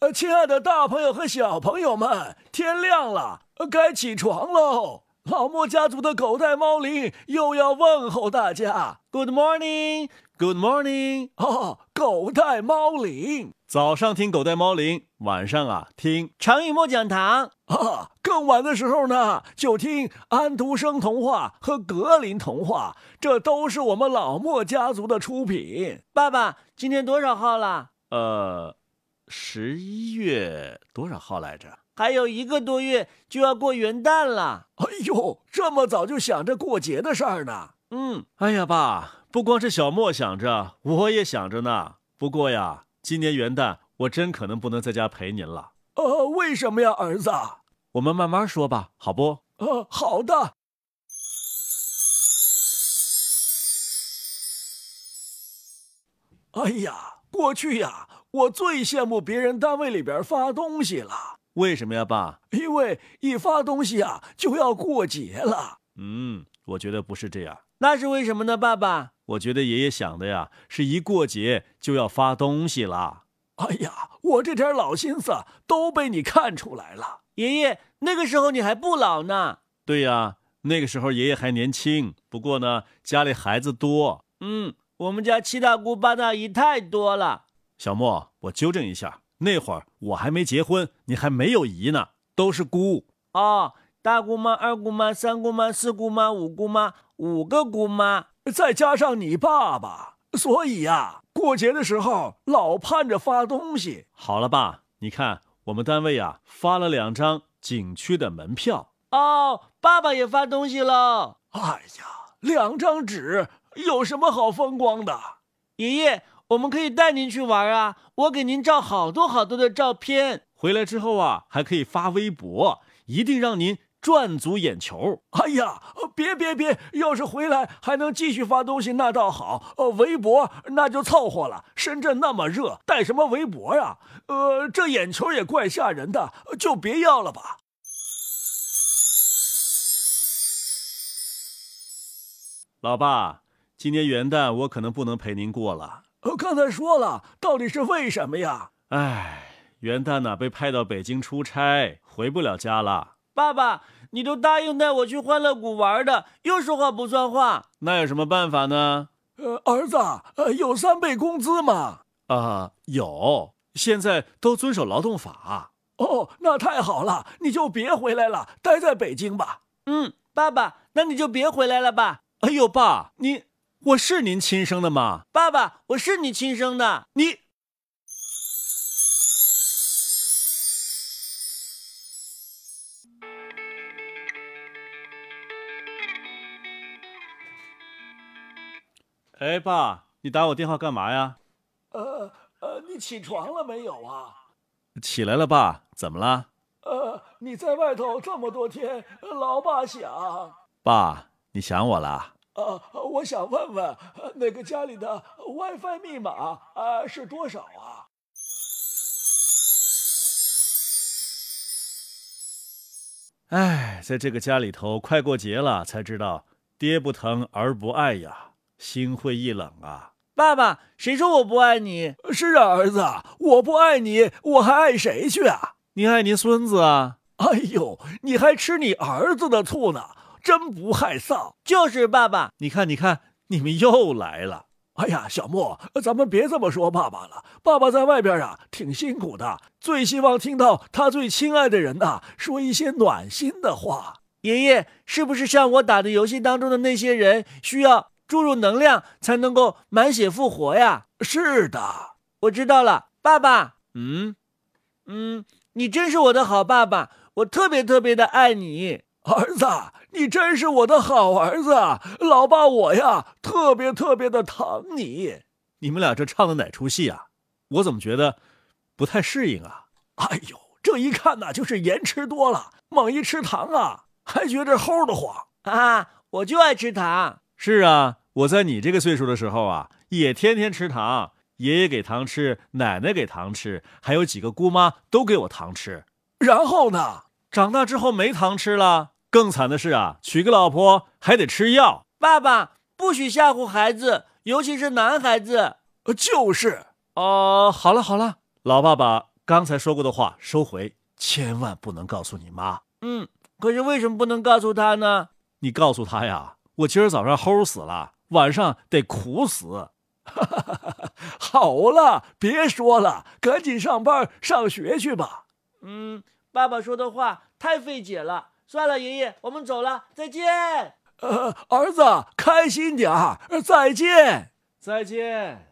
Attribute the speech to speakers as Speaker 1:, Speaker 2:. Speaker 1: 呃，亲爱的大朋友和小朋友们，天亮了，呃该起床喽。老莫家族的狗带猫铃又要问候大家
Speaker 2: Good morning, Good morning。
Speaker 1: 哦，狗带猫铃
Speaker 2: 早上听狗带猫铃，晚上啊听成语默讲堂。
Speaker 1: 啊，更晚的时候呢，就听安徒生童话和格林童话，这都是我们老莫家族的出品。
Speaker 2: 爸爸，今天多少号了？呃，十一月多少号来着？还有一个多月就要过元旦了。
Speaker 1: 哎呦，这么早就想着过节的事儿呢？
Speaker 2: 嗯，哎呀，爸，不光是小莫想着，我也想着呢。不过呀，今年元旦我真可能不能在家陪您了。
Speaker 1: 呃，为什么呀，儿子？
Speaker 2: 我们慢慢说吧，好不？
Speaker 1: 呃，好的，哎呀，过去呀，我最羡慕别人单位里边发东西了，
Speaker 2: 为什么呀，爸？
Speaker 1: 因为一发东西啊就要过节了。
Speaker 2: 嗯，我觉得不是这样。那是为什么呢，爸爸？我觉得爷爷想的呀，是一过节就要发东西啦。
Speaker 1: 哎呀，我这点老心思都被你看出来了。
Speaker 2: 爷爷，那个时候你还不老呢。对呀、那个时候爷爷还年轻，不过呢，家里孩子多。嗯，我们家七大姑八大姨太多了。小莫，我纠正一下，那会儿我还没结婚，你还没有姨呢，都是姑。哦，大姑妈、二姑妈、三姑妈、四姑妈、五姑妈，五个姑妈。
Speaker 1: 再加上你爸爸，所以呀、过节的时候老盼着发东西。
Speaker 2: 好了吧？你看，我们单位呀、发了两张景区的门票。哦，爸爸也发东西喽。
Speaker 1: 哎呀，两张纸有什么好风光的？
Speaker 2: 爷爷，我们可以带您去玩啊！我给您照好多好多的照片。回来之后啊，还可以发微博，一定让您赚足眼球。
Speaker 1: 哎呀，别别别！要是回来还能继续发东西，那倒好。呃，围脖那就凑合了。深圳那么热，带什么围脖呀、呃，这眼球也怪吓人的，就别要了吧。
Speaker 2: 老爸，今年元旦我可能不能陪您过了。
Speaker 1: 呃，刚才说了，到底是为什么呀？
Speaker 2: 唉，元旦呐、被派到北京出差，回不了家了。爸爸，你都答应带我去欢乐谷玩的，又说话不算话，那有什么办法呢？
Speaker 1: 呃，儿子，呃，有三倍工资吗？
Speaker 2: 啊、有，现在都遵守劳动法。
Speaker 1: 哦，那太好了，你就别回来了，待在北京吧。
Speaker 2: 嗯，爸爸，那你就别回来了吧。哎呦，爸，你我是您亲生的吗？爸爸，我是你亲生的。你哎，爸，你打我电话干嘛呀？
Speaker 1: 呃呃，你起床了没有啊？
Speaker 2: 起来了，爸，怎么了？
Speaker 1: 呃，你在外头这么多天，老爸想，
Speaker 2: 爸，你想我了？
Speaker 1: 呃，我想问问呃那个家里的 WiFi 密码啊、呃是多少啊？
Speaker 2: 哎，在这个家里头，快过节了才知道，爹不疼儿不爱呀，心灰意冷啊。爸爸，谁说我不爱你？
Speaker 1: 是啊，儿子，我不爱你，我还爱谁去啊？
Speaker 2: 您爱您孙子啊？
Speaker 1: 哎呦，你还吃你儿子的醋呢，真不害臊！
Speaker 2: 就是爸爸。你看，你看，你们又来了。
Speaker 1: 哎呀，小莫，咱们别这么说爸爸了。爸爸在外边啊，挺辛苦的，最希望听到他最亲爱的人呐、说一些暖心的话。
Speaker 2: 爷爷，是不是像我打的游戏当中的那些人，需要注入能量才能够满血复活呀？
Speaker 1: 是的，
Speaker 2: 我知道了，爸爸。嗯，嗯，你真是我的好爸爸，我特别特别的爱你。
Speaker 1: 儿子，你真是我的好儿子，啊老爸我呀，特别特别的疼你。
Speaker 2: 你们俩这唱的哪出戏啊？我怎么觉得不太适应啊？
Speaker 1: 哎呦，这一看呐、就是盐吃多了，猛一吃糖啊，还觉着齁得慌。
Speaker 2: 啊，我就爱吃糖。是啊，我在你这个岁数的时候啊，也天天吃糖，爷爷给糖吃，奶奶给糖吃，还有几个姑妈都给我糖吃。
Speaker 1: 然后呢？
Speaker 2: 长大之后没糖吃了，更惨的是啊，娶个老婆还得吃药。爸爸不许吓唬孩子，尤其是男孩子。
Speaker 1: 呃就是，
Speaker 2: 哦，好了好了，老爸爸刚才说过的话收回，千万不能告诉你妈。嗯，可是为什么不能告诉她呢？你告诉她呀，我今儿早上齁死了，晚上得苦死。
Speaker 1: 好了，别说了，赶紧上班上学去吧。
Speaker 3: 嗯，爸爸说的话太费解了。算了，爷爷，我们走了，再见。
Speaker 1: 呃呃，儿子，开心点儿，再见。
Speaker 2: 再见。